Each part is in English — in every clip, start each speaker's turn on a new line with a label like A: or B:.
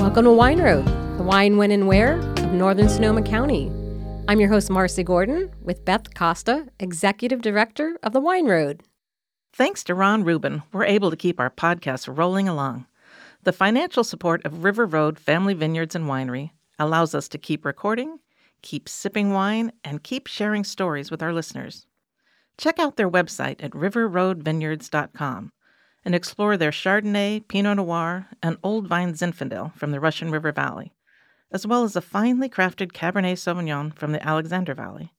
A: Welcome to Wine Road, the wine, when, and where of Northern Sonoma County. I'm your host, Marcy Gordon, with Beth Costa, Executive Director of the Wine Road.
B: Thanks to Ron Rubin, we're able to keep our podcast rolling along. The financial support of River Road Family Vineyards and Winery allows us to keep recording, keep sipping wine, and keep sharing stories with our listeners. Check out their website at riverroadvineyards.com and explore their Chardonnay, Pinot Noir, and Old Vine Zinfandel from the Russian River Valley, as well as a finely crafted Cabernet Sauvignon from the Alexander Valley.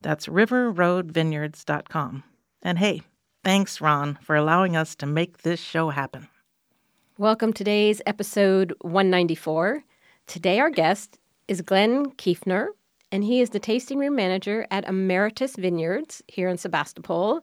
B: That's riverroadvineyards.com. And hey, thanks, Ron, for allowing us to make this show happen.
A: Welcome to today's episode 194. Today, our guest is Glenn Kiefner, and he is the tasting room manager at Emeritus Vineyards here in Sebastopol.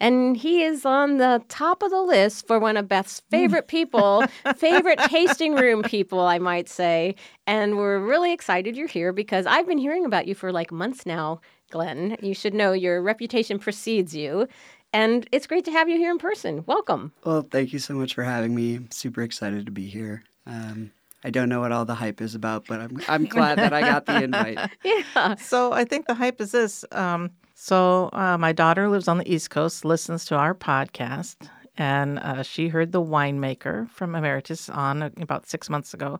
A: And he is on the top of the list for one of Beth's favorite people, favorite tasting room people, I might say. And we're really excited you're here because I've been hearing about you for like months now, Glenn. You should know your reputation precedes you. And it's great to have you here in person. Welcome.
C: Well, thank you so much for having me. I'm super excited to be here. Um, I don't know what all the hype is about, but I'm, I'm glad that I got the invite.
A: Yeah.
B: So I think the hype is this. Um, so uh, my daughter lives on the East Coast, listens to our podcast, and uh, she heard the winemaker from Emeritus on uh, about six months ago,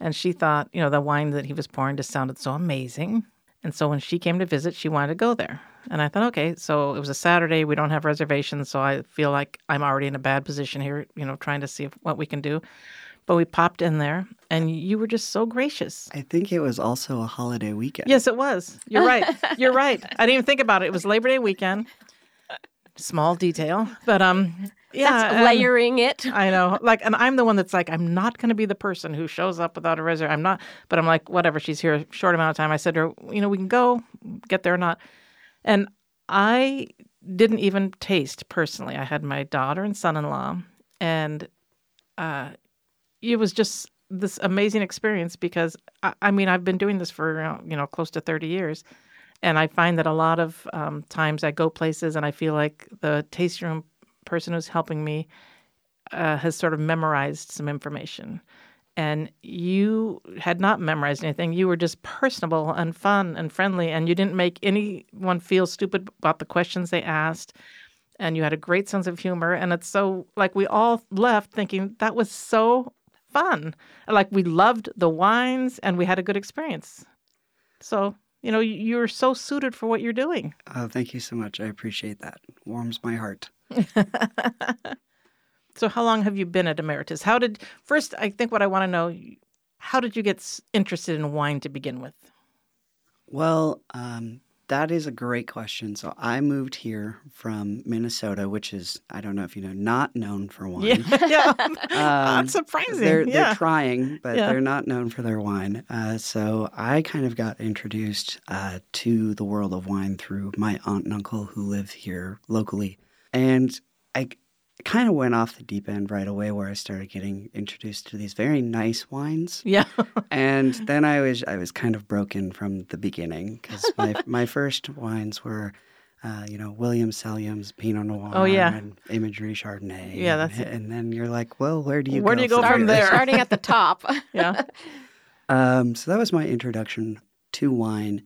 B: and she thought, you know, the wine that he was pouring just sounded so amazing. And so when she came to visit, she wanted to go there. And I thought, okay, so it was a Saturday. We don't have reservations, so I feel like I'm already in a bad position here, you know, trying to see if, what we can do. But we popped in there, and you were just so gracious.
C: I think it was also a holiday weekend.
B: Yes, it was. You're right. You're right. I didn't even think about it. It was Labor Day weekend. Small detail, but um, yeah,
A: That's
B: and-
A: layering it.
B: I know. Like, and I'm the one that's like, I'm not going to be the person who shows up without a reservation. I'm not, but I'm like, whatever. She's here a short amount of time. I said to her, you know, we can go, get there or not. And I didn't even taste personally. I had my daughter and son in law, and uh, it was just this amazing experience because I, I mean, I've been doing this for, uh, you know, close to 30 years. And I find that a lot of um, times I go places and I feel like the tasting room person who's helping me uh, has sort of memorized some information. And you had not memorized anything. You were just personable and fun and friendly, and you didn't make anyone feel stupid about the questions they asked. And you had a great sense of humor. And it's so like we all left thinking that was so fun. Like we loved the wines and we had a good experience. So, you know, you- you're so suited for what you're doing.
C: Oh, thank you so much. I appreciate that. Warms my heart.
B: So, how long have you been at Emeritus? How did first? I think what I want to know: how did you get s- interested in wine to begin with?
C: Well, um, that is a great question. So I moved here from Minnesota, which is I don't know if you know, not known for wine.
B: yeah,
C: Um,
B: that's surprising.
C: They're,
B: yeah,
C: they're trying, but
B: Yeah.
C: they're not known for their wine. Uh, so I kind of got introduced uh, to the world of wine through my aunt and uncle who live here locally. And I kind of went off the deep end right away where I started getting introduced to these very nice wines.
B: yeah.
C: and then I was I was kind of broken from the beginning because my, my first wines were. Uh, you know, William Sellium's Pinot Noir
B: Oh, yeah.
C: and Imagery Chardonnay.
B: Yeah,
C: and-
B: that's it.
C: And then you're like, well, where do you
B: Where do you go
C: from
B: from there?
A: Starting at the top.
B: yeah,
C: Um, so that was my introduction to wine.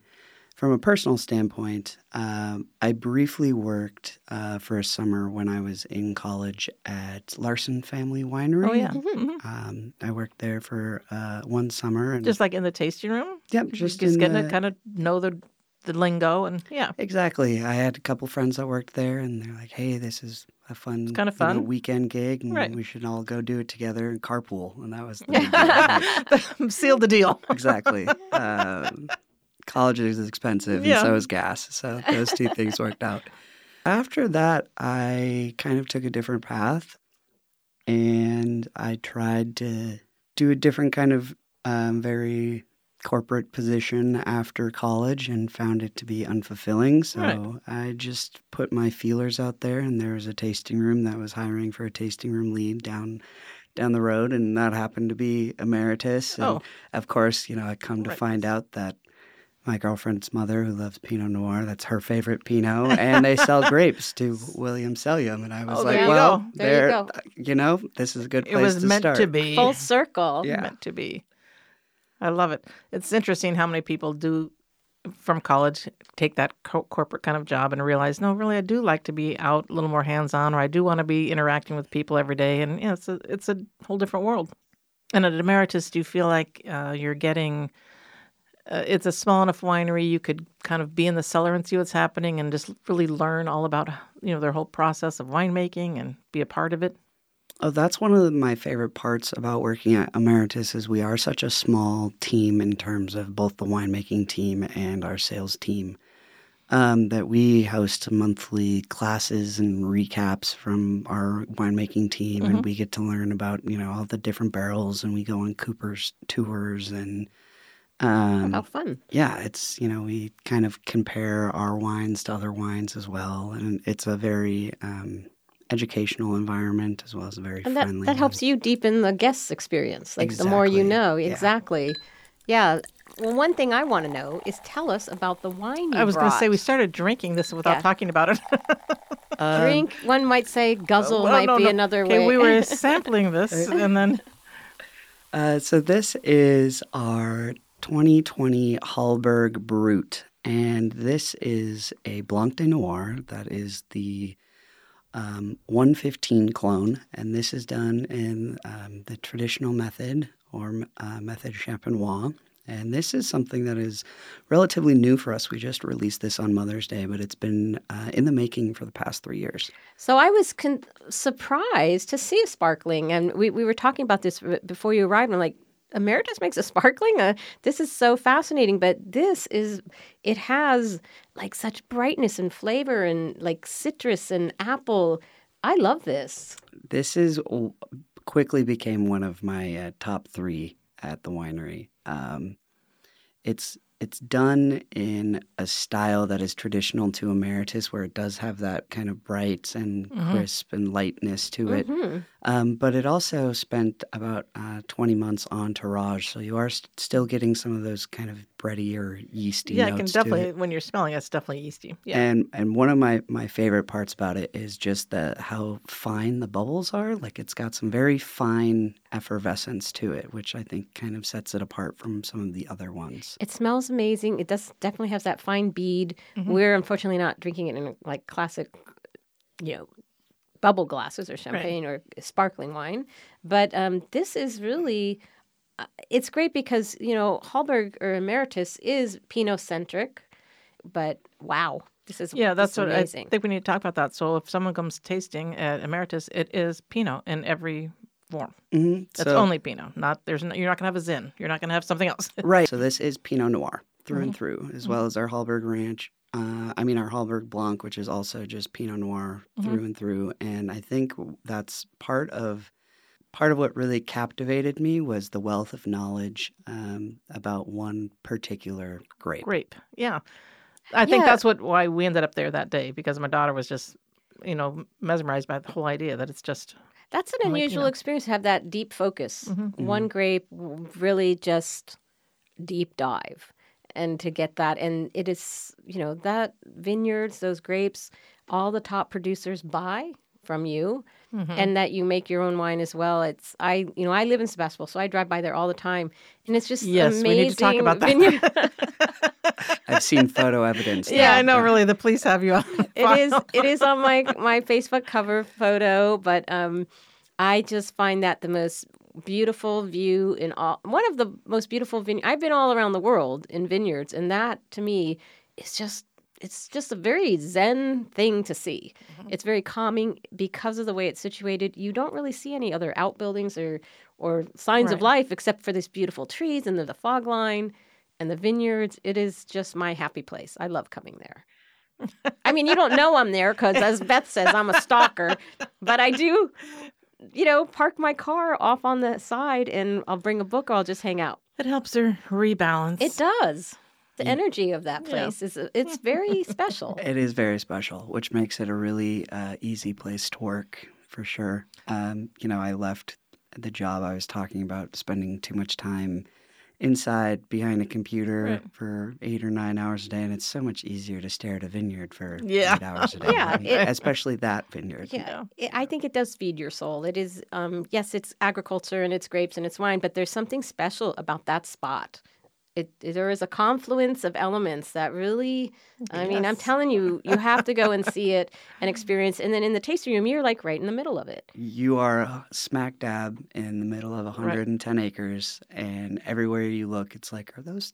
C: From a personal standpoint, um, I briefly worked uh, for a summer when I was in college at Larson Family Winery.
B: oh yeah. Mhm.
C: Um, I worked there for uh, one summer and
B: Just like in the tasting room,
C: yep,
B: just,
C: just,
B: just
C: in
B: getting
C: the-
B: to kind of know the the lingo and yeah,
C: Exactly. I had a couple friends that worked there, and they're like, "Hey, this is a fun,
B: kinda
C: you know,
B: fun.
C: weekend gig, and
B: Right.
C: we should all go do it together and carpool." And that was the
B: seal the deal.
C: exactly. Um, college is expensive,
B: Yeah.
C: and so is gas. So those two things worked out. After that, I kind of took a different path, and I tried to do a different kind of um, very corporate position after college, and found it to be unfulfilling. So
B: Right.
C: I just put my feelers out there, and there was a tasting room that was hiring for a tasting room lead down down the road, and that happened to be Emeritus. And
B: Oh.
C: of course, you know, I come to
B: Right.
C: find out that my girlfriend's mother, who loves Pinot Noir, that's her favorite Pinot, and they sell grapes to William Sellium. And I was
B: Oh,
C: like,
B: there you
C: well,
B: go.
A: There you
C: there, you know, this is a good place
B: it was
C: to
B: meant
C: start.
B: to be.
A: Full circle.
C: Yeah.
B: meant to be. I love it. It's interesting how many people do from college take that co- corporate kind of job and realize, no, really, I do like to be out a little more hands on, or I do want to be interacting with people every day. And yeah, it's a, it's a whole different world. And at Emeritus, do you feel like uh, you're getting? Uh, it's a small enough winery you could kind of be in the cellar and see what's happening, and just really learn all about you know their whole process of winemaking and be a part of it.
C: Oh, that's one of my favorite parts about working at Emeritus is we are such a small team in terms of both the winemaking team and our sales team um, that we host monthly classes and recaps from our winemaking team, and we get to learn about you know all the different barrels, and we go on Cooper's tours and. Um,
A: How fun.
C: yeah, it's you know we kind of compare our wines to other wines as well, and it's a very um, educational environment as well as a very
A: And that,
C: friendly.
A: that helps you deepen the guest's experience. Like the more you
C: Exactly.
A: know,
C: Yeah.
A: exactly. Yeah. Well, one thing I want to know is tell us about the wine you
B: I was going to say we
A: brought.
B: started drinking this without
A: Yeah.
B: talking about it.
A: drink. One might say guzzle
B: uh, Well,
A: might
B: no,
A: be
B: no.
A: another
B: okay,
A: way.
B: We were sampling this, and then
C: Uh, so this is our 2020 Hallberg Brut, and this is a Blanc de Noir that is the um, 115 clone, and this is done in um, the traditional method or uh, method Champenois. And this is something that is relatively new for us. We just released this on Mother's Day, but it's been uh, in the making for the past three years.
A: So I was con- surprised to see a sparkling, and we, we were talking about this r- before you arrived. And I'm like, Emeritus makes a sparkling. Uh, this is so fascinating, but this is it has like such brightness and flavor, and like citrus and apple. I love this.
C: This is quickly became one of my uh, top three at the winery. Um, it's it's done in a style that is traditional to emeritus, where it does have that kind of bright and
B: Mm-hmm.
C: crisp and lightness to it.
A: Mhm.
C: Um, but it also spent about uh, 20 months on Tourage, so you are st- still getting some of those kind of bready or yeasty
B: yeah, I
C: notes
B: can
C: to it.
B: definitely when you're smelling, it, it's definitely yeasty. Yeah,
C: And and one of my, my favorite parts about it is just the how fine the bubbles are. Like it's got some very fine effervescence to it, which I think kind of sets it apart from some of the other ones.
A: It smells amazing. It does definitely has that fine bead.
B: Mhm.
A: We're unfortunately not drinking it in like classic, you know, bubble glasses or champagne or sparkling wine. But um, this is really, uh, it's great because you know Hallberg or Emeritus is Pinot centric, but wow, this is
B: yeah, that's
A: this is
B: what
A: amazing.
B: I think we need to talk about that. So if someone comes tasting at Emeritus, it is Pinot in every form.
C: Mm-hmm.
B: It's only Pinot. Not there's no, you're not going to have a Zin. You're not going to have something else.
C: right. So this is Pinot Noir through
B: Mm-hmm.
C: and through, as well as our Hallberg Ranch. Uh, I mean, our Hallberg Blanc, which is also just Pinot Noir
B: Mm-hmm.
C: through and through. And I think that's part of part of what really captivated me was the wealth of knowledge um, about one particular grape.
B: Grape. Yeah, I think
A: Yeah.
B: that's what why we ended up there that day because my daughter was just you know mesmerized by the whole idea that it's just
A: That's an
B: like, you
A: unusual
B: know.
A: experience to have that deep focus.
B: Mhm.
A: One grape, w- really just deep dive, and to get that. And it is, you know, that vineyards, those grapes, all the top producers buy from you,
B: mm-hmm.
A: and that you make your own wine as well. It's I, you know, I live in Sebastopol, so I drive by there all the time, and it's just
B: Yes,
A: amazing
B: we need to talk about that.
A: vineyard-
C: I've seen photo evidence.
B: yeah,
A: Yeah.
B: I know really the police have you on
A: it is it is on my my Facebook cover photo, but um, I just find that the most beautiful view in all one of the most beautiful vineyards. I've been all around the world in vineyards, and that to me is just it's just a very zen thing to see.
B: Mm-hmm.
A: It's very calming because of the way it's situated. You don't really see any other outbuildings or or signs of
B: Right.
A: life except for these beautiful trees and the, the fog line and the vineyards. It is just my happy place. I love coming there. I mean, you don't know I'm there because, as Beth says, I'm a stalker, but I do, you know, park my car off on the side and I'll bring a book or I'll just hang out.
B: It helps her rebalance.
A: It does. The
C: Yeah.
A: energy of that
B: Yeah.
A: place is it's very special.
C: It is very special, which makes it a really uh, easy place to work for sure. Um, you know, I left the job I was talking about spending too much time inside behind a computer
B: Right.
C: for eight or nine hours a day, and it's so much easier to stare at a vineyard for
B: Yeah.
C: eight hours a day.
A: Yeah,
C: I mean,
A: it-
C: especially that vineyard.
A: Yeah, it, I think it does feed your soul. It is, um, yes, it's agriculture and it's grapes and it's wine, but there's something special about that spot. It, there is a confluence of elements that really, I mean, I'm
B: Yes.
A: telling you, you have to go and see it and experience. And then in the tasting room, you're like right in the middle of it.
C: You are smack dab in the middle of 110 acres, and everywhere you look, it's like, are those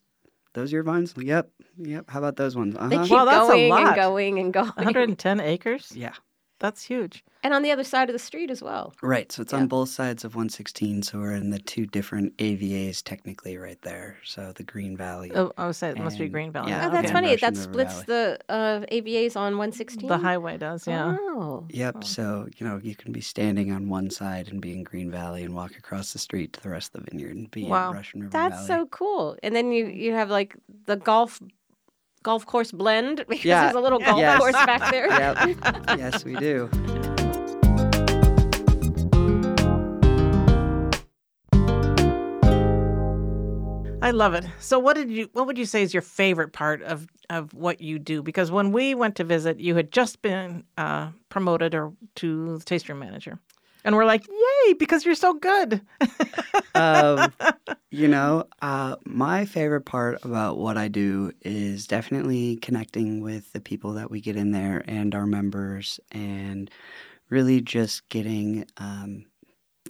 C: those your vines? Yep, yep. How about those ones?
A: They
C: Uh-huh.
A: keep
B: Wow, that's a
A: going and
B: lot.
A: going and going.
B: 110 acres?
C: yeah,
B: That's huge.
A: And on the other side of the street as well.
C: right. So it's
A: Yeah.
C: on both sides of 116. So we're in the two different AVAs technically, right there. So the Green Valley.
B: Oh, I was saying it must be
C: And-
B: Green Valley.
C: yeah,
A: Oh, that's
C: okay.
A: funny.
C: Russian
A: That
C: River
A: splits
C: Valley.
A: the uh, AVAs on 116.
B: The highway does, yeah.
A: Oh.
C: Yep.
B: Oh.
C: So, you know, you can be standing on one side and be in Green Valley and walk across the street to the rest of the vineyard and be
B: Wow.
C: in Russian River
A: That's
C: Valley.
A: so cool. And then you you have like the golf golf course blend because
C: Yeah.
A: there's a little golf
C: Yes.
A: course back there.
C: Yep. yes, we do.
B: I love it. So what did you what would you say is your favorite part of of what you do? Because when we went to visit, you had just been uh, promoted or to the tasting room manager. And we're like, "Yay, because you're so good."
C: Um, you know, uh, my favorite part about what I do is definitely connecting with the people that we get in there and our members and really just getting um,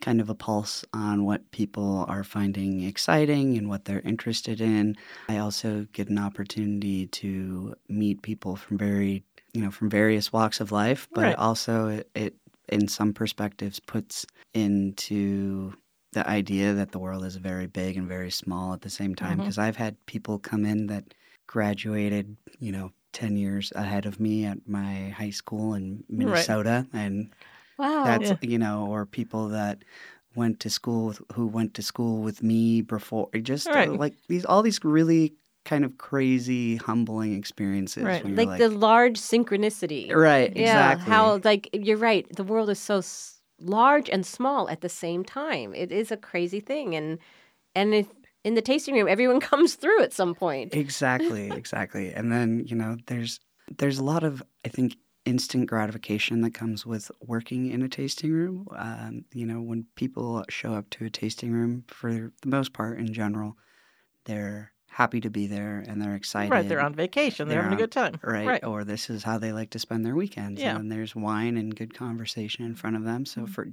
C: kind of a pulse on what people are finding exciting and what they're interested in. I also get an opportunity to meet people from very, you know, from various walks of life, but
B: Right.
C: also it, it in some perspectives puts into the idea that the world is very big and very small at the same time
A: Mm-hmm.
B: Mhm.
C: because I've had people come in that graduated, you know, 10 years ahead of me at my high school in Minnesota and
A: Wow.
C: that's
B: Yeah.
C: you know or people that went to school with, who went to school with me before just uh,
B: Right.
C: like these all these really kind of crazy humbling experiences
B: Right.
C: when you're
A: like, the large synchronicity.
C: right
A: Yeah.
C: exactly
A: How like you're right. The world is so s- large and small at the same time. It is a crazy thing and and it, in the tasting room everyone comes through at some point.
C: exactly exactly and then you know there's there's a lot of i think instant gratification that comes with working in a tasting room um, you know when people show up to a tasting room for the most part in general they're happy to be there and they're excited
B: right, they're on vacation. They're,
C: They're
B: having
C: on-
B: a good time.
C: right?
B: Right.
C: Or this is how they like to spend their weekends.
B: Yeah.
C: And then there's wine and good conversation in front of them. So
B: Mhm.
C: for,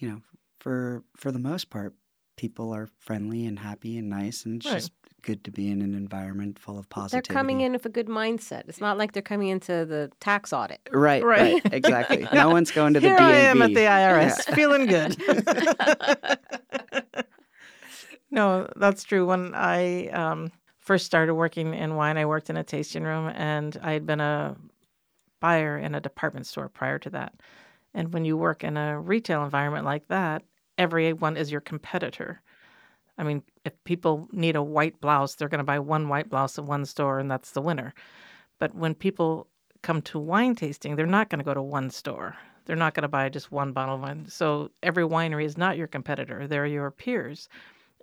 C: you know, for for the most part, people are friendly and happy and nice, and it's
B: Right.
C: just good to be in an environment full of
A: They're
C: positivity.
A: coming in with a good mindset. It's not like they're coming into the tax audit.
C: Right,
B: Right.
C: right, exactly. No one's going to the
B: Here
C: DMV.
B: I am at the IRS, feeling good. no, that's true. When I um, first started working in wine, I worked in a tasting room, and I had been a buyer in a department store prior to that. And when you work in a retail environment like that, everyone is your competitor. I mean, if people need a white blouse, they're going to buy one white blouse at one store, and that's the winner. But when people come to wine tasting, they're not going to go to one store. They're not going to buy just one bottle of wine. So every winery is not your competitor; they're your peers,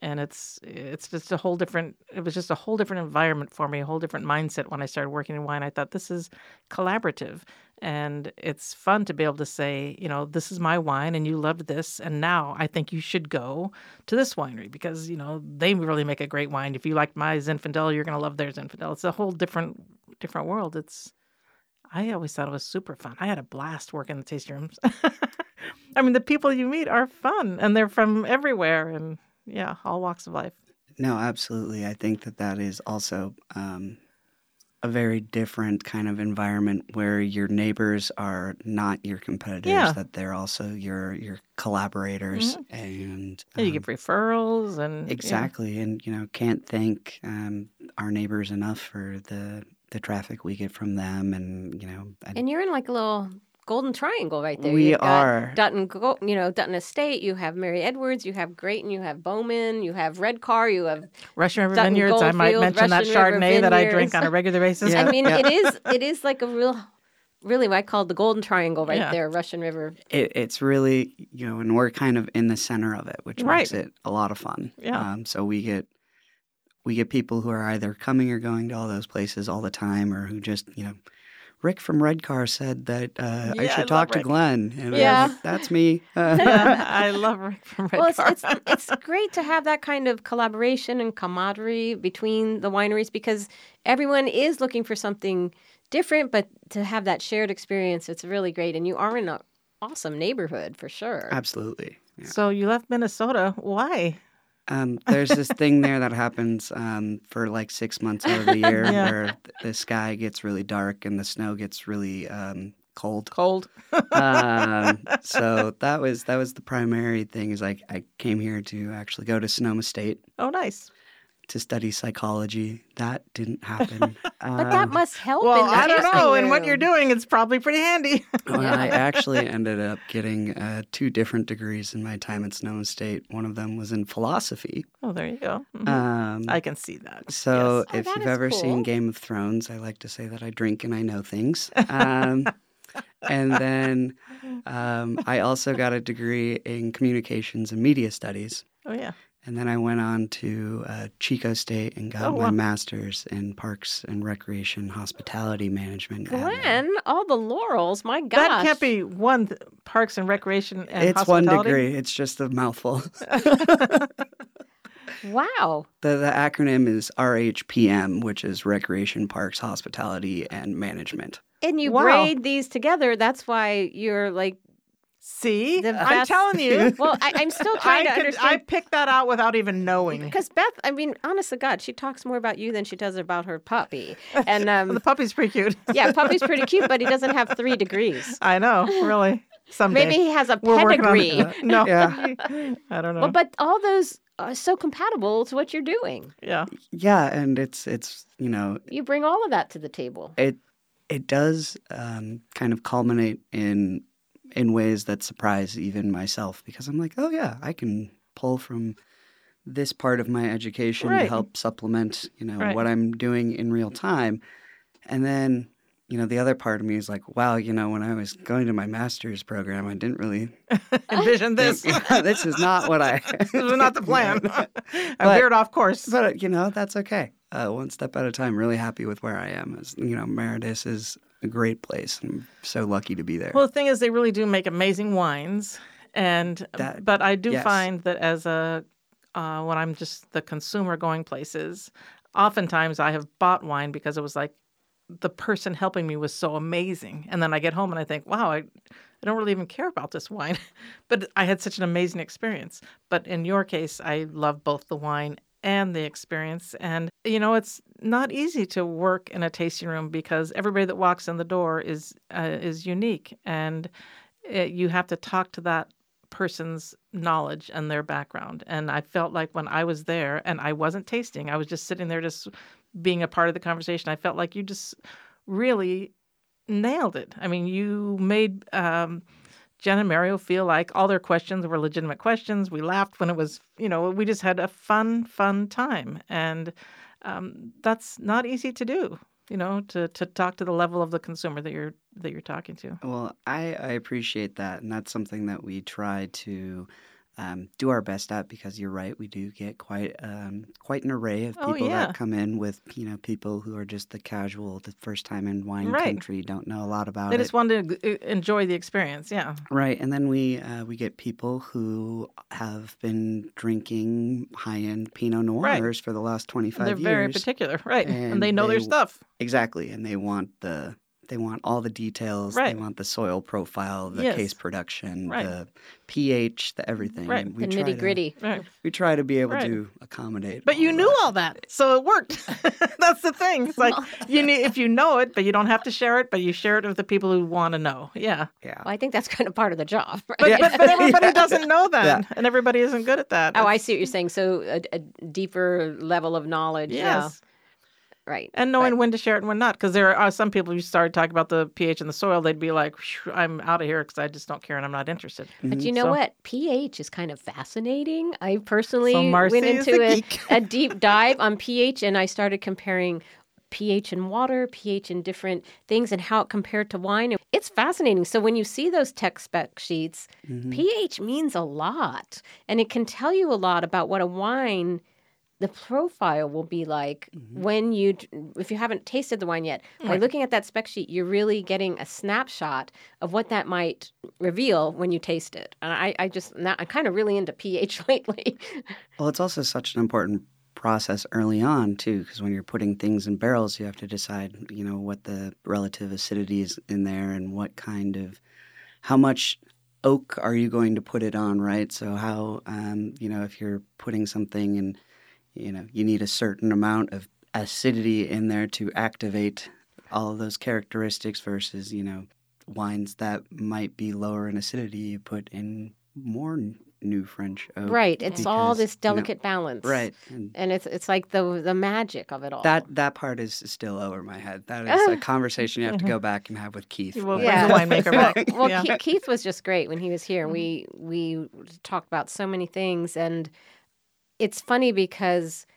B: and it's it's just a whole different. It was just a whole different environment for me, a whole different mindset when I started working in wine. I thought this is collaborative, and it's fun to be able to say, you know, this is my wine, and you loved this, and now I think you should go to this winery because you know they really make a great wine. If you liked my Zinfandel, you're going to love their Zinfandel. It's a whole different different world. It's I always thought it was super fun. I had a blast working in the tasting rooms. I mean, the people you meet are fun, and they're from everywhere, and yeah, all walks of life.
C: No, absolutely. I think that that is also um, a very different kind of environment where your neighbors are not your competitors.
B: Yeah.
C: That they're also your your collaborators, and
B: And you
C: um,
B: give referrals, and yeah.
C: exactly. And you know, can't thank um, our neighbors enough for the the traffic we get from them, and you know, and
A: And you're in like a little golden triangle right there.
C: we
A: You've got
C: are
A: Dutton, Go- you know Dutton Estate. You have Mary Edwards. You have Grayton. You have Bowman. You have Red Car. You have.
B: Russian River
A: Dutton
B: Vineyards. I might
A: Goldfield,
B: mention
A: Russian
B: that
A: River
B: Chardonnay that I drink
A: Vineyards.
B: on a regular basis.
C: Yeah.
A: I mean, it is it is like a real, really what I call the golden triangle right
B: Yeah.
A: there, Russian River.
C: it, it's really you know, and we're kind of in the center of it, which
B: Right.
C: makes it a lot of fun.
B: Yeah.
C: Um, so we get we get people who are either coming or going to all those places all the time or who just, you know, Rick from Redcar said that uh,
B: Yeah,
C: I
B: I
C: should
B: love
C: talk to
B: Rick.
C: Glenn. And I was
A: Yeah.
C: like, that's me.
B: Yeah, I love Rick from Red
A: well, it's,
B: Car.
A: it's it's great to have that kind of collaboration and camaraderie between the wineries because everyone is looking for something different, but to have that shared experience, it's really great. And you are in an awesome neighborhood for sure.
C: Absolutely. Yeah.
B: So you left Minnesota. Why?
C: Um, there's this thing there that happens um, for like six months out of the year
B: Yeah.
C: where th- the sky gets really dark and the snow gets really um, cold.
B: Cold.
C: um, so that was that was the primary thing. Is like I came here to actually go to Sonoma State
B: Oh, nice.
C: to study psychology. That didn't happen.
A: But that
C: Um,
A: must help.
B: well,
A: in the
B: I don't
A: tasting
B: know. And what
A: room.
B: you're doing, it's probably pretty handy.
C: when I actually ended up getting uh, two different degrees in my time at Sonoma State. One of them was in philosophy.
B: oh, there you go.
A: Mm-hmm.
B: Mhm.
C: Um,
B: I can see that.
C: So
A: Oh,
C: if
A: that
C: you've
A: is
C: ever
A: cool.
C: seen Game of Thrones, I like to say that I drink and I know things. Um, and then um, I also got a degree in communications and media studies.
B: Oh, yeah.
C: And then I went on to uh, Chico State and got
B: Oh,
C: my
B: wow.
C: master's in parks and recreation hospitality management. admin.
A: Glenn, all the laurels. My gosh.
B: That can't be one th- parks and recreation and
C: It's one
B: hospitality.
C: degree. It's just a mouthful.
A: Wow.
C: the, the acronym is RHPM, which is Recreation, Parks, Hospitality, and Management.
A: And you
B: Wow.
A: braid these together. That's why you're like
B: See,
A: the
B: I'm
A: best-
B: telling you,
A: Well, I, I'm still
B: I,
A: trying to
B: could, I
A: understand.
B: picked that out without even knowing.
A: Because Beth, I mean, honest to God, she talks more about you than she does about her puppy. And
B: The
A: um,
B: puppy's pretty cute.
A: yeah, puppy's pretty cute, but he doesn't have three degrees.
B: I know, really. Someday
A: Maybe he has a
B: we're
A: pedigree.
B: working on it. No,
C: Yeah.
B: I don't know.
A: Well, but all those are so compatible to what you're doing.
B: yeah,
C: Yeah, and it's it's you know
A: You bring all of that to the table.
C: it it does um, kind of culminate in in ways that surprise even myself because I'm like, oh yeah, I can pull from this part of my education to
B: Right.
C: help supplement, you know,
B: Right.
C: what I'm doing in real time. And then, you know, the other part of me is like, wow, you know, when I was going to my master's program, I didn't really
B: envision this.
C: think, this is not what I
B: this was not the plan. I
C: But-
B: veered off course.
C: But you know, that's okay. Uh, one step at a time. Really happy with where I am. As you know, Meredith is a great place. I'm so lucky to be there.
B: Well, the thing is, they really do make amazing wines, and
C: That-
B: but I do
C: yes.
B: find that as a uh, when I'm just the consumer going places, oftentimes I have bought wine because it was like the person helping me was so amazing, and then I get home and I think, wow, I, I don't really even care about this wine, but I had such an amazing experience. But in your case, I love both the wine and the experience, and you know, it's not easy to work in a tasting room because everybody that walks in the door is uh, is unique, and it, you have to talk to that person's knowledge and their background. And I felt like when I was there and I wasn't tasting, I was just sitting there just being a part of the conversation. I felt like you just really nailed it. I mean, you made um, Jen and Mario feel like all their questions were legitimate questions. We laughed when it was, you know, we just had a fun, fun time. And um, that's not easy to do. You know, to, to talk to the level of the consumer that you're that you're talking to.
C: Well, I, I appreciate that, and that's something that we try to um, do our best at. Because you're right, we do get quite um, quite an array of
B: Oh,
C: people
B: yeah.
C: that come in with you know people who are just the casual, the first time in wine
B: Right.
C: country, don't know a lot about
B: They
C: it.
B: just wanted to uh, enjoy the experience. Yeah.
C: Right, and then we uh, we get people who have been drinking high end Pinot Noirs
B: Right.
C: for the last twenty
B: And
C: five
B: they're
C: years.
B: very particular, right? And, they
C: and
B: know their
C: they-
B: stuff.
C: Exactly, and they want the they want all the details.
B: Right.
C: They want the soil profile, the
B: Yes.
C: case production,
B: Right.
C: the pH, the everything.
B: Right.
C: and
A: The
C: try to-
A: nitty gritty.
B: Right.
C: We try to be able
B: Right.
C: to accommodate.
B: But you
C: of
B: knew
C: that.
B: all that, so it worked. That's the thing. It's like you need if you know it, but you don't have to share it, but you share it with the people who want to know. Yeah.
C: Yeah.
A: Well, I think that's kind of part of the job. Right?
B: But, but, but everybody doesn't know that,
C: Yeah.
B: and everybody isn't good at that.
A: oh, I
B: It's-
A: see what you're saying. So a, a deeper level of knowledge. Yeah.
B: yes.
A: Right.
B: And knowing when to share it and when not, because there are uh, some people who started talking about the pH in the soil, they'd be like, "Phew, "I'm out of here because I just don't care and I'm not interested."
A: But
C: Mm-hmm,
A: you know
B: Mm-hmm. So-
A: what? pH is kind of fascinating. I personally went
B: Marcy is
A: into
B: the
A: a,
B: geek.
A: a deep dive on pH and I started comparing pH in water, pH in different things, and how it compared to wine. It's fascinating. So when you see those tech spec sheets,
C: Mm. mm-hmm.
A: pH means a lot and it can tell you a lot about what a wine the profile will be like
C: Mhm.
A: when you if you haven't tasted the wine yet by
B: Right.
A: looking at that spec sheet you're really getting a snapshot of what that might reveal when you taste it and i, I just now i'm kind of really into ph lately
C: Well, it's also such an important process early on too, because when you're putting things in barrels, you have to decide, you know, what the relative acidity is in there and what kind of, how much oak are you going to put it on, right? So how, um, you know, if you're putting something and, you know, you need a certain amount of acidity in there to activate all of those characteristics versus, you know, wines that might be lower in acidity, you put in more n- new French oak.
A: right it's all
C: Oh, Because,
A: this
C: you know,
A: delicate balance
C: Right. And
A: and it's it's like the the magic of it all
C: that that part is still over my head. That is a conversation you have to go back and have with Keith.
B: Mm-hmm. We'll
A: Yeah.
B: bring the winemaker
A: well,
B: back.
A: well
B: yeah.
A: Ke- Keith was just great when he was here. We we talked about so many things, and it's funny because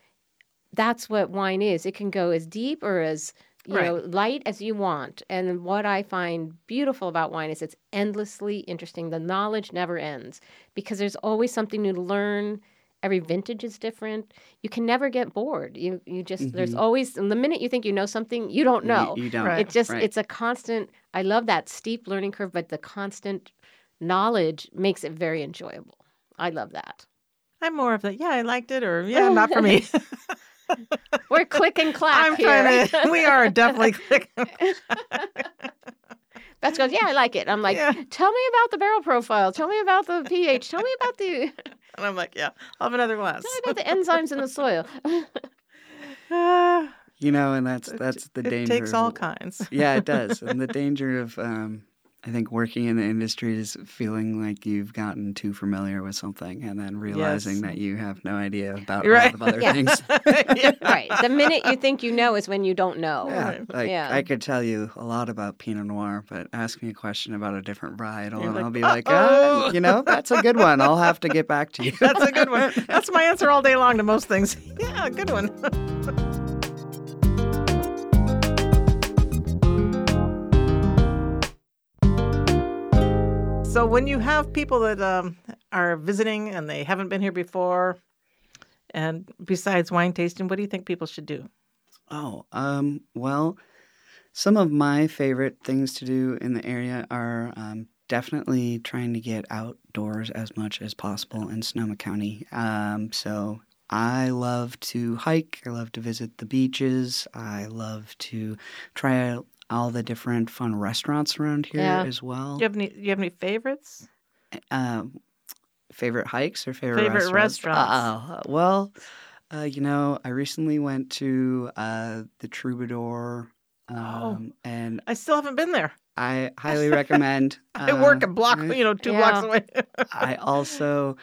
A: that's what wine is. It can go as deep or as you know light as you want. And what I find beautiful about wine is it's endlessly interesting. The knowledge never ends because there's always something new to learn. Every vintage is different. You can never get bored. You you just there's always and the minute you think you know something, you don't
C: You-
A: know.
C: you, don't.
B: Right.
A: It just
C: Right.
A: it's a constant. I love that steep learning curve, but the constant knowledge makes it very enjoyable. I love that.
B: I'm more of the yeah, I liked it or yeah, not for me.
A: We're click and clap
B: I'm
A: here.
B: trying to. We are definitely clicking.
A: Beth goes, "Yeah, I like it." I'm like,
B: Yeah.
A: "Tell me about the barrel profile. Tell me about the pH. Tell me about the
B: And I'm like, yeah, I'll have another glass.
A: tell me about the enzymes in the soil."
B: Ah,
C: You know, and that's
B: it-
C: that's the
B: it
C: danger.
B: takes
C: of-
B: all kinds.
C: Yeah, it does. And the danger of um, I think working in the industry is feeling like you've gotten too familiar with something and then realizing
B: Yes.
C: that you have no idea about a
B: Right.
C: lot of other
A: Yeah.
C: things.
B: yeah.
A: right. The minute you think you know is when you don't know.
C: Yeah, like
A: Yeah.
C: I could tell you a lot about Pinot Noir, but ask me a question about a different varietal,
B: You're
C: and
B: like,
C: I'll be like,
B: "Uh-oh."
C: "Ah, you know, that's a good one. I'll have to get back to you.
B: That's a good one. That's my answer all day long to most things. Yeah, good one. So when you have people that um, are visiting and they haven't been here before, and besides wine tasting, what do you think people should do?
C: Oh, um, well, some of my favorite things to do in the area are um, definitely trying to get outdoors as much as possible in Sonoma County. Um, so I love to hike. I love to visit the beaches. I love to try out all the different fun restaurants around here
A: Yeah.
C: as well.
B: Do you have any? Do you have any favorites?
C: Um, favorite hikes or favorite
B: Favorite
C: Uh, well, uh, you know, I recently went to uh, the Troubadour,
B: Oh.
C: um, and
B: I still haven't been there.
C: I highly recommend.
B: I work
C: uh,
B: a block,
C: I-
B: you know, two
A: Yeah.
B: blocks away.
C: I also,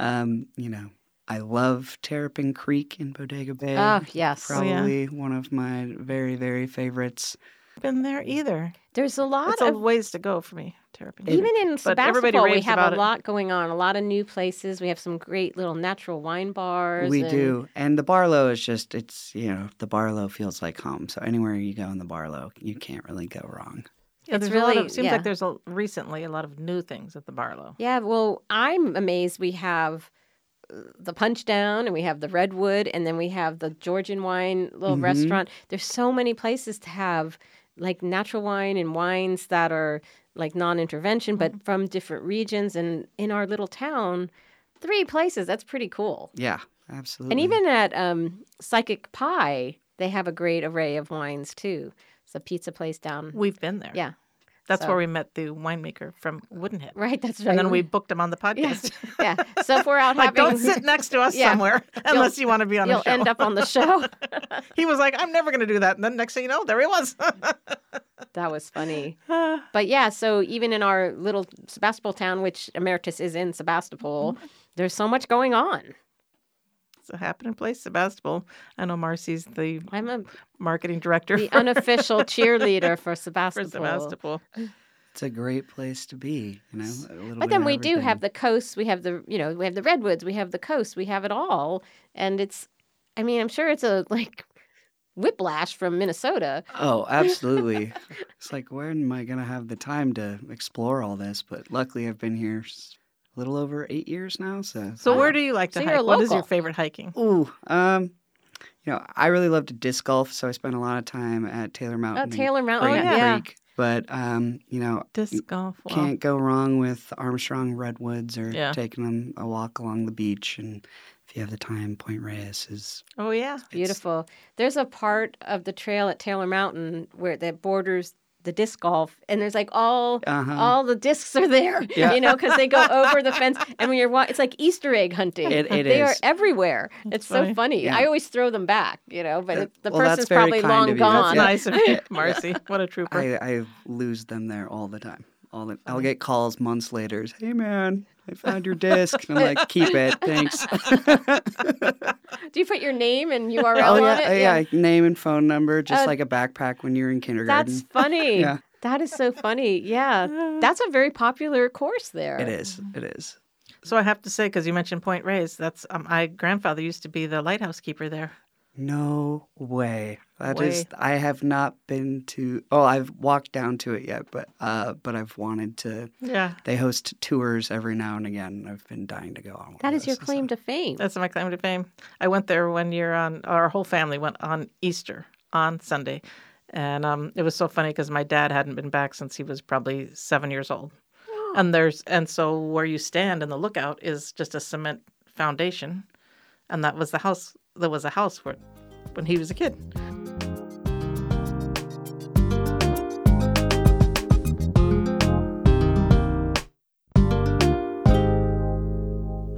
C: um, you know, I love Terrapin Creek in Bodega Bay.
A: Oh yes.
B: Prob- Ah, yeah.
C: Probably one of my very, very favorites.
B: been there either.
A: There's a lot
B: It's a
A: of
B: ways to go for me. Terrapin.
A: Even in
B: But everybody
A: Sebastopol, we
B: raves
A: have
B: about
A: a
B: it.
A: lot going on, a lot of new places. We have some great little natural wine bars.
C: We
A: and-
C: do. And the Barlow is just, it's, you know, the Barlow feels like home. So anywhere you go in the Barlow, you can't really go wrong.
B: Yeah,
A: It's
B: there's a lot
A: really-
B: of, seems
A: yeah.
B: like there's a, recently a lot of new things at the Barlow.
A: Yeah, well, I'm amazed we have uh, the Punch Down and we have the Redwood and then we have the Georgian wine little
C: Mhm.
B: Mm-hmm.
A: restaurant. There's so many places to have like natural wine and wines that are like non-intervention but
B: Mm-hmm.
A: from different regions and in our little town, three places. That's pretty cool.
C: Yeah, absolutely.
A: And even at um, Psychic Pie, they have a great array of wines too. It's a pizza place down.
B: We've been there.
A: Mm-hmm. Yeah.
B: That's
A: so-
B: where we met the winemaker from Woodenhead.
A: Right, that's right.
B: And then we booked him on the
A: yeah,
B: podcast.
A: yeah. So if we're out
B: Like,
A: having,
B: don't sit next to us
A: Yeah.
B: somewhere unless you want to be on
A: you'll
B: a show.
A: end up on the show.
B: He was like, I'm never going to do that. And then next thing you know, there he was.
A: that was funny.
B: Uh,
A: But yeah, so even in our little Sebastopol town, which Emeritus is in Sebastopol, there's so much going on.
B: it's a happening place, Sebastopol. I know Marcy's the
A: I'm a,
B: marketing director
A: the
B: for,
A: unofficial cheerleader for
B: for
A: Sebastopol.
B: Sebastopol.
C: It's a great place to be, you know. A little
A: But then we do have the coast. We have the you know we have the redwoods. We have the coast. We have it all, and it's. I mean, I'm sure it's a like whiplash from Minnesota.
C: Oh, absolutely. it's like, where am I going to have the time to explore all this? But luckily, I've been here s- a little over eight years now. So,
B: So where do you like to
A: So you're
B: hike? What is your
A: local.
B: favorite hiking?
C: ooh, um, you know, I really love to disc golf, so I spend a lot of time at Taylor Mountain.
A: Oh, Taylor
C: and
A: Mountain.
C: Creighton
B: yeah.
C: Creek. But um, you know,
B: Disc golf. Wow.
C: can't go wrong with Armstrong Redwoods or
B: Yeah.
C: taking them a walk along the beach. And if you have the time, Point Reyes is
B: Oh yeah.
C: it's-
A: Beautiful. There's a part of the trail at Taylor Mountain where that borders the disc golf, and there's like all
C: Uh-huh.
A: all the discs are there,
C: Yeah.
A: you know, because they go over the fence. And when you're wa- it's like Easter egg hunting.
C: It- it
A: Oh, they are
C: is.
A: everywhere. it's so
B: funny.
A: funny.
C: Yeah.
A: I always throw them back, you know, but
C: Yeah.
A: it, the
C: Well, that's
A: person's
C: very
A: probably
C: kind
A: long
C: of you.
A: gone.
B: That's nice of you,
C: Yeah.
B: Marcy. What a trooper.
C: I, I lose them there all the time. All the,
A: Mm.
C: I'll get calls months later. Hey man, I found your disc. And I'm like, keep it, thanks.
A: Do you put your name and URL
C: oh
A: on
C: yeah,
A: it?
C: oh, yeah. Name and phone number, just
A: Uh,
C: like a backpack when you're in kindergarten.
A: That's funny.
C: Yeah.
A: That is so funny. Yeah. That's a very popular course there.
C: It is.
A: Mm-hmm.
C: It is.
B: so I have to say, because you mentioned Point Reyes, that's um, my grandfather used to be the lighthouse keeper there.
C: No way. That is.
B: Way.
C: I have not been to. Oh, I've walked down to it yet, but uh, but I've wanted to.
B: Yeah,
C: They host tours every now and again. I've been dying to go on. one
A: That
C: of
A: is your
C: those,
A: claim to fame.
B: that's my claim to fame. I went there one year on our whole family went on Easter on Sunday, and um, it was so funny because my dad hadn't been back since he was probably seven years old, and there's and so where you stand in the lookout is just a cement foundation, and that was the house. There was a house where when he was a kid.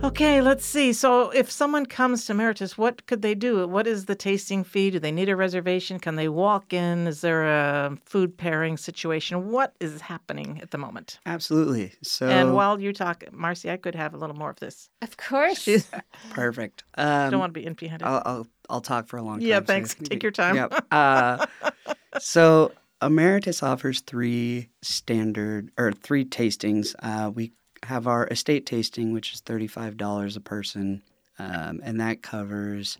B: Okay, let's see. So, if someone comes to Meritus, what could they do? What is the tasting fee? Do they need a reservation? Can they walk in? Is there a food pairing situation? What is happening at the moment?
C: Absolutely. So
B: and while you talk, Marcy, I could have a little more of this.
A: Of course.
C: perfect.
B: I
C: Um,
B: don't want to be empty handed.
C: I'll, I'll I'll talk for a long time.
B: Yeah,
C: so
B: thanks.
C: you-
B: Take your time.
C: Yep. Uh, so Emeritus offers three standard or three tastings. Uh, we have our estate tasting, which is thirty-five dollars a person, um, and that covers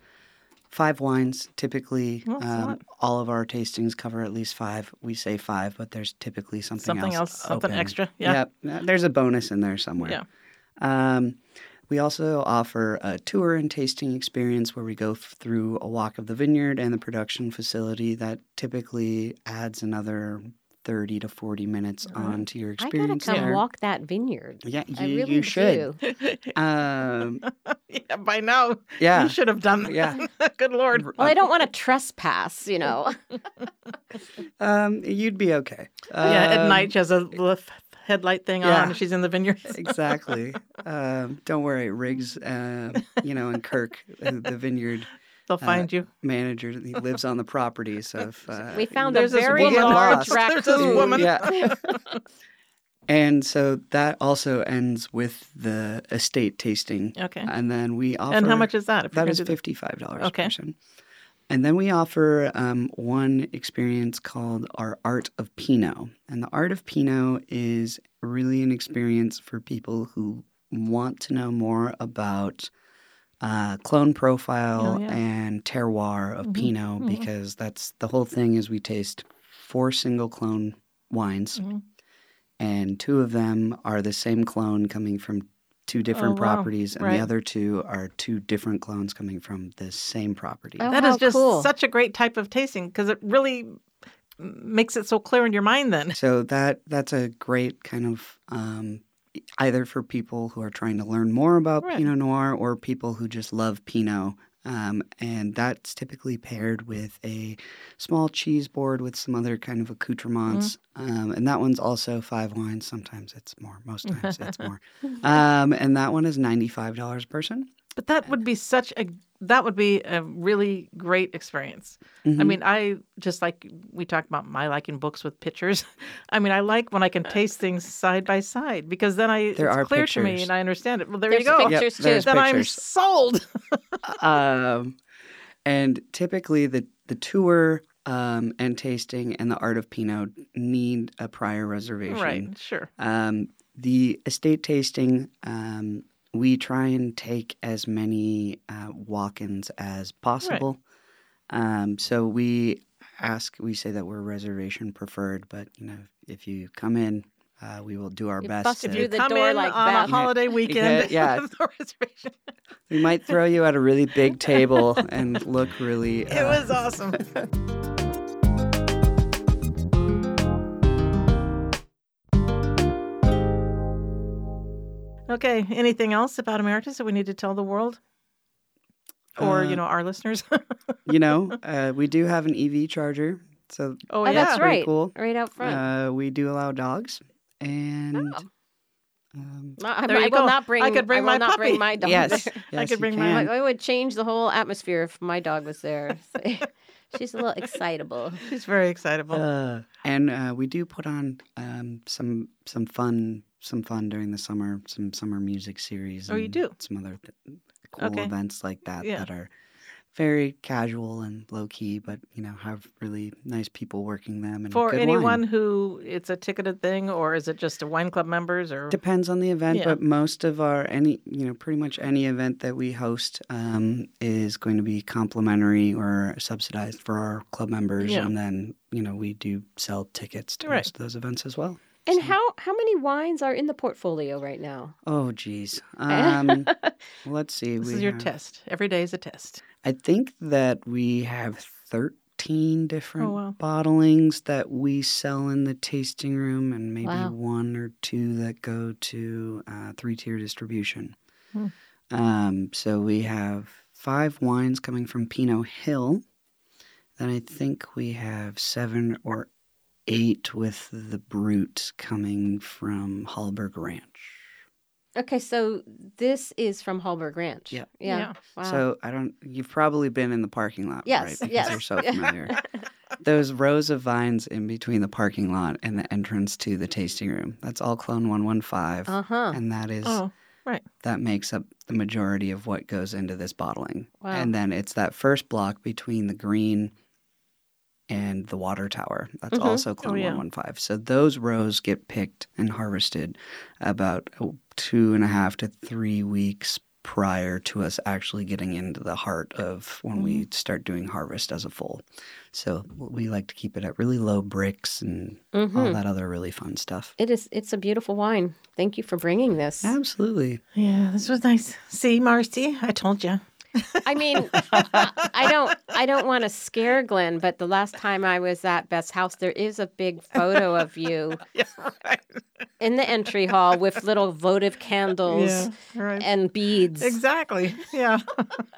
C: five wines typically. Um,
B: Well, that's a lot.
C: all of our tastings cover at least five. We say five, but there's typically something
B: something else, something
C: open.
B: extra. Yeah.
C: Yep. There's a bonus in there somewhere.
B: Yeah.
C: Um, we also offer a tour and tasting experience where we go f- through a walk of the vineyard and the production facility that typically adds another 30 to 40 minutes onto your
A: I gotta
C: experience
A: come
C: there.
A: walk that vineyard.
C: Yeah, you,
A: I really
C: you should.
A: do.
C: Um,
B: Yeah, by now,
C: yeah.
B: you should have done that.
C: Yeah.
B: Good Lord.
A: Well, I don't want to trespass, you know.
C: Um, you'd be okay.
B: yeah, at
C: Um,
B: night, she has a little headlight thing
C: yeah.
B: on and she's in the vineyards.
C: exactly. Um, don't worry, Riggs, uh, you know, and Kirk, uh, the vineyard
B: They'll
C: uh,
B: find you.
C: manager, he lives on the property. So if, uh,
A: We found a
B: There's this
A: very
B: woman.
A: large
B: There's this
A: raccoon.
B: woman.
C: Yeah. and so that also ends with the estate tasting.
B: Okay.
C: And then we offer.
B: and how much is that? If you're
C: That
B: gonna
C: is
B: do
C: fifty-five dollars
B: Okay.
C: per person. And then we offer um, one experience called our Art of Pinot. And the Art of Pinot is really an experience for people who want to know more about uh, clone profile
B: Oh, yeah.
C: and terroir of
B: Mhm.
C: Pinot
B: Mhm.
C: because that's the whole thing is we taste four single clone wines
B: Mhm.
C: and two of them are the same clone coming from two different
B: Oh, wow.
C: properties and
B: Right.
C: the other two are two different clones coming from the same property.
A: Oh.
B: That is
A: how
B: just
A: cool.
B: such a great type of tasting because it really m- makes it so clear in your mind then.
C: So that that's a great kind of um, either for people who are trying to learn more about
B: Right.
C: Pinot Noir or people who just love Pinot. Um, and that's typically paired with a small cheese board with some other kind of accoutrements.
B: Mm-hmm.
C: Um, and that one's also five wines. Sometimes it's more. Most times it's more. Um, and that one is ninety five dollars a person.
B: But that would be such a that would be a really great experience. I
C: Mhm.
B: mean, I just like we talked about my liking books with pictures. I mean, I like when I can taste things side by side because then I
C: There
B: it's
C: are
B: clear to me
C: pictures.
B: and I understand it. Well, there
A: There's
B: you go.
A: pictures too.
C: Yep, there's
B: Then I'm
C: pictures.
B: sold.
C: um, and typically the the tour um, and tasting and the art of Pinot need a prior reservation.
B: right, sure.
C: Um, the estate tasting, um, we try and take as many uh, walk-ins as possible. Um, so we ask, we say that we're reservation preferred, but you know, if you come in Uh, we will do our
A: You
C: best.
A: bust
C: to-
A: through the
B: Come
A: door
B: in
A: like
B: on
A: that.
B: a holiday weekend.
C: yeah.
B: with no reservation.
C: we might throw you at a really big table and look really.
B: It
C: uh,
B: was awesome. okay. Anything else about Emeritus that we need to tell the world? Or,
C: Uh,
B: you know, our listeners?
C: you know, uh, we do have an EV charger, so
A: Oh, that's
C: pretty
A: right.
C: cool.
A: Right out front.
C: uh, we do allow dogs. And
B: Oh.
C: um,
A: No, I,
B: There
A: I
B: you
A: will
B: go.
A: not bring.
B: I could bring
A: will
B: my
A: not bring
B: puppy.
A: my dog.
C: yes,
A: there.
B: I
C: yes,
B: could
C: you
B: bring
A: I'm
B: my-
C: can.
A: like, I would change the whole atmosphere if my dog was there. She's a little excitable.
B: She's very excitable.
C: Uh, and uh, we do put on um, some some fun some fun during the summer, some summer music series.
B: Oh, you
C: and
B: do?
C: some other th- cool
B: Okay.
C: events like that
B: Yeah.
C: that are very casual and low key, but you know have really nice people working them. And
B: For
C: good
B: anyone
C: wine.
B: who it's a ticketed thing, or is it just a wine club members? Or
C: depends on the event,
B: Mm-hmm. Yeah.
C: but most of our any you know pretty much any event that we host um, is going to be complimentary or subsidized for our club members,
B: Yeah.
C: and then you know we do sell tickets to
B: Right.
C: most of those events as well.
A: And
C: So-
A: how how many wines are in the portfolio right now?
C: Oh, geez. Um, let's see.
B: this
C: we
B: is your
C: have-
B: test. Every day is a test.
C: I think that we have 13 different
B: Oh, wow.
C: bottlings that we sell in the tasting room, and maybe
A: Wow.
C: one or two that go to uh, three tier distribution.
B: Hmm.
C: Um, so we have five wines coming from Pinot Hill. Then I think we have seven or eight with the Brute coming from Hallberg Ranch.
A: Okay, so this is from Hallberg Ranch.
C: Yeah.
A: Yeah. Wow.
C: So I don't. You've probably been in the parking lot,
A: Yes,
C: right? Because
A: yes.
C: you're so familiar. Those rows of vines in between the parking lot and the entrance to the tasting room. That's all Clone One One Five,
A: uh huh.
C: and that is
B: Oh,
C: that makes up the majority of what goes into this bottling.
A: Wow.
C: And then it's that first block between the green and the water tower. That's
A: Mhm.
C: also Clone
B: yeah.
C: 115. So those rows get picked and harvested about oh, two and a half to three weeks prior to us actually getting into the heart of when we start doing harvest as a full. So we like to keep it at really low bricks and all
A: Mhm.
C: that other really fun stuff.
A: It is. It's a beautiful wine. Thank you for bringing this.
C: Absolutely.
B: yeah. This was nice. See, Marcy, I told you.
A: I mean, I don't, I don't want to scare Glenn, but the last time I was at Beth's house, there is a big photo of you
B: Yeah, right.
A: in the entry hall with little votive candles
B: Yeah, right.
A: and beads.
B: Exactly. Yeah.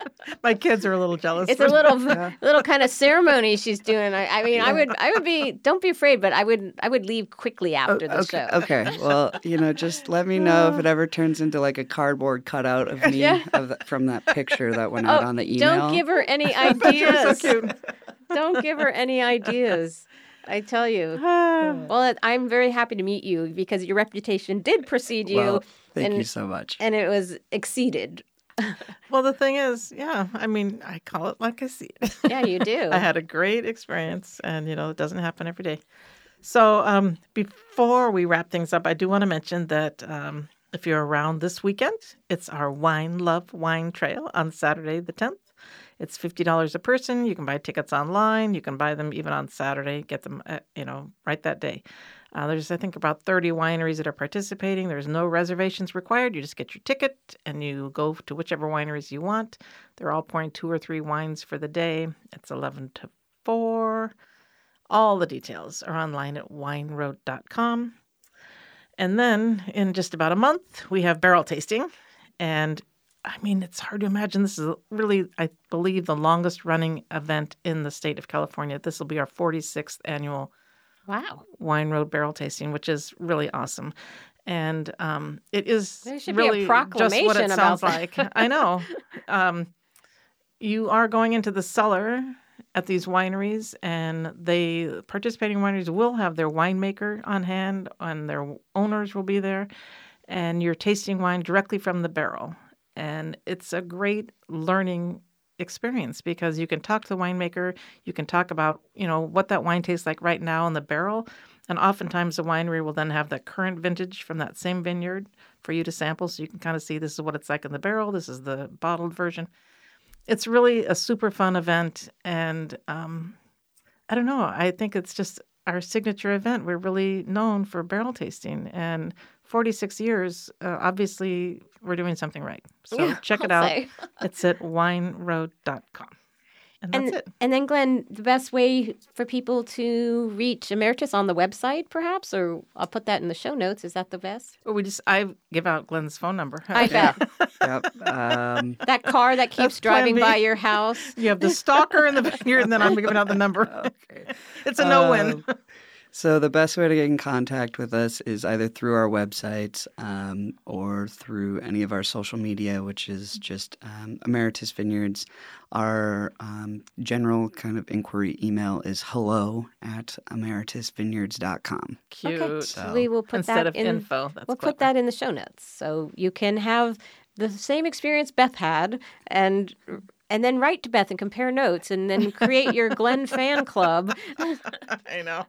B: My kids are a little jealous.
A: It's a little, little kind of ceremony she's doing. I, I mean, I would, I would be. Don't be afraid, but I would, I would leave quickly after the
C: okay,
A: show.
C: okay. Well, you know, just let me know if it ever turns into like a cardboard cutout of me
A: Yeah. Oh,
C: of the, from that picture that went out on the email.
A: Don't give her any ideas. Don't give her any ideas. I tell you.
B: Ah,
A: Well, I'm very happy to meet you because your reputation did precede you.
C: Well, thank
A: and-
C: you so much.
A: and it was exceeded.
B: well, the thing is, yeah, I mean, I call it like I see it.
A: Yeah, you do.
B: I had a great experience, and you know, it doesn't happen every day. So, um, before we wrap things up, I do want to mention that um, if you're around this weekend, it's our Wine Love Wine Trail on Saturday, the 10th. It's fifty dollars a person. You can buy tickets online. You can buy them even on Saturday. Get them, uh, you know, right that day. Uh, there's, I think, about thirty wineries that are participating. There's no reservations required. You just get your ticket and you go to whichever wineries you want. They're all pouring two or three wines for the day. It's eleven to four. All the details are online at wineroad.com. And then in just about a month, we have barrel tasting. And I mean, it's hard to imagine. This is really, I believe, the longest running event in the state of California. This will be our 46th annual
A: wow.
B: Wine Road Barrel Tasting, which is really awesome. And um, it is
A: There should be a
B: really just what
A: proclamation
B: it
A: about
B: sounds
A: that.
B: like. I know. Um, you are going into the cellar at these wineries, and they participating wineries will have their winemaker on hand, and their owners will be there, and you're tasting wine directly from the barrel. And it's a great learning experience because you can talk to the winemaker, you can talk about, you know, what that wine tastes like right now in the barrel. And oftentimes the winery will then have the current vintage from that same vineyard for you to sample so you can kind of see this is what it's like in the barrel, this is the bottled version. It's really a super fun event and um I don't know, I think it's just our signature event. We're really known for barrel tasting, and 46 years, uh, obviously, we're doing something right. So check it
A: I'll
B: out.
A: say.
B: It's at wineroad.com. And that's
A: And,
B: it.
A: and then, Glenn, the best way for people to reach Emeritus on the website, perhaps, or I'll put that in the show notes. Is that the best?
B: Well, we just I give out Glenn's phone number.
A: I bet.
C: Yep. Um,
A: That car that keeps
B: That's plan
A: driving
B: B.
A: by your house.
B: you have the stalker and the vineyard, and then I'm giving out the
A: Oh,
B: number.
C: okay.
B: It's a no-win.
C: Um, so the best way to get in contact with us is either through our website um, or through any of our social media, which is just um, Emeritus Vineyards. Our um, general kind of inquiry email is hello at emeritusvineyards.com.
B: Cute.
A: Okay. we will put
B: Oh. Instead
A: that
B: of
A: in.
B: info, that's
A: we'll put
B: clever.
A: that in the show notes, so you can have the same experience Beth had, and and then write to Beth and compare notes, and then create your Glenn fan club.
B: I know.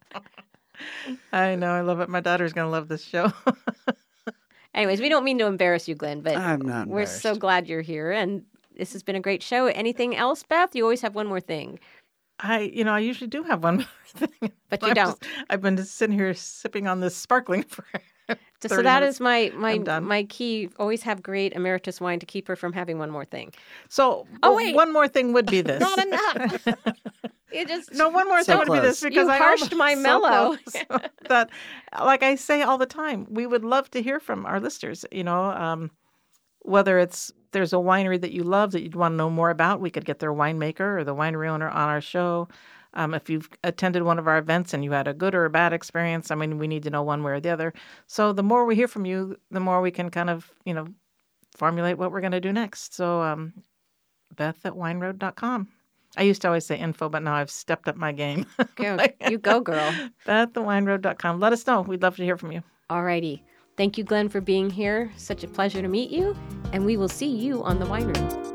B: I know. I love it. My daughter's gonna love this show.
A: Anyways, we don't mean to embarrass you, Glenn, but
C: I'm not
A: we're so
C: embarrassed.
A: glad you're here, and this has been a great show. Anything else, Beth? You always have one more thing,
B: I, you know, I usually do have one more thing.
A: but you
B: I'm
A: don't.
B: just- I've been just sitting here sipping on this sparkling for.
A: Just so
B: 30
A: that
B: minutes.
A: is my my
B: I'm done.
A: my key. Always have great emeritus wine to keep her from having one more thing.
B: So,
A: Oh,
B: well,
A: wait.
B: one more thing would be this.
A: Not enough. you just
B: No, one more
C: So
B: thing would be this
C: close.
B: because
A: You
B: I
A: harshed
B: almost-
A: my
B: so
A: mellow.
B: close. that, like I say all the time, we would love to hear from our listeners. You know, um, whether it's there's a winery that you love that you'd want to know more about, we could get their winemaker or the winery owner on our show. Um, if you've attended one of our events and you had a good or a bad experience, I mean, we need to know one way or the other. So the more we hear from you, the more we can kind of, you know, formulate what we're going to do next. So, um, Beth at wineroad.com. I used to always say info, but now I've stepped up my game.
A: go, you go, girl.
B: Beth at wineroad.com. Let us know. We'd love to hear from you.
A: Alrighty. Thank you, Glenn, for being here. Such a pleasure to meet you, and we will see you on the wine room.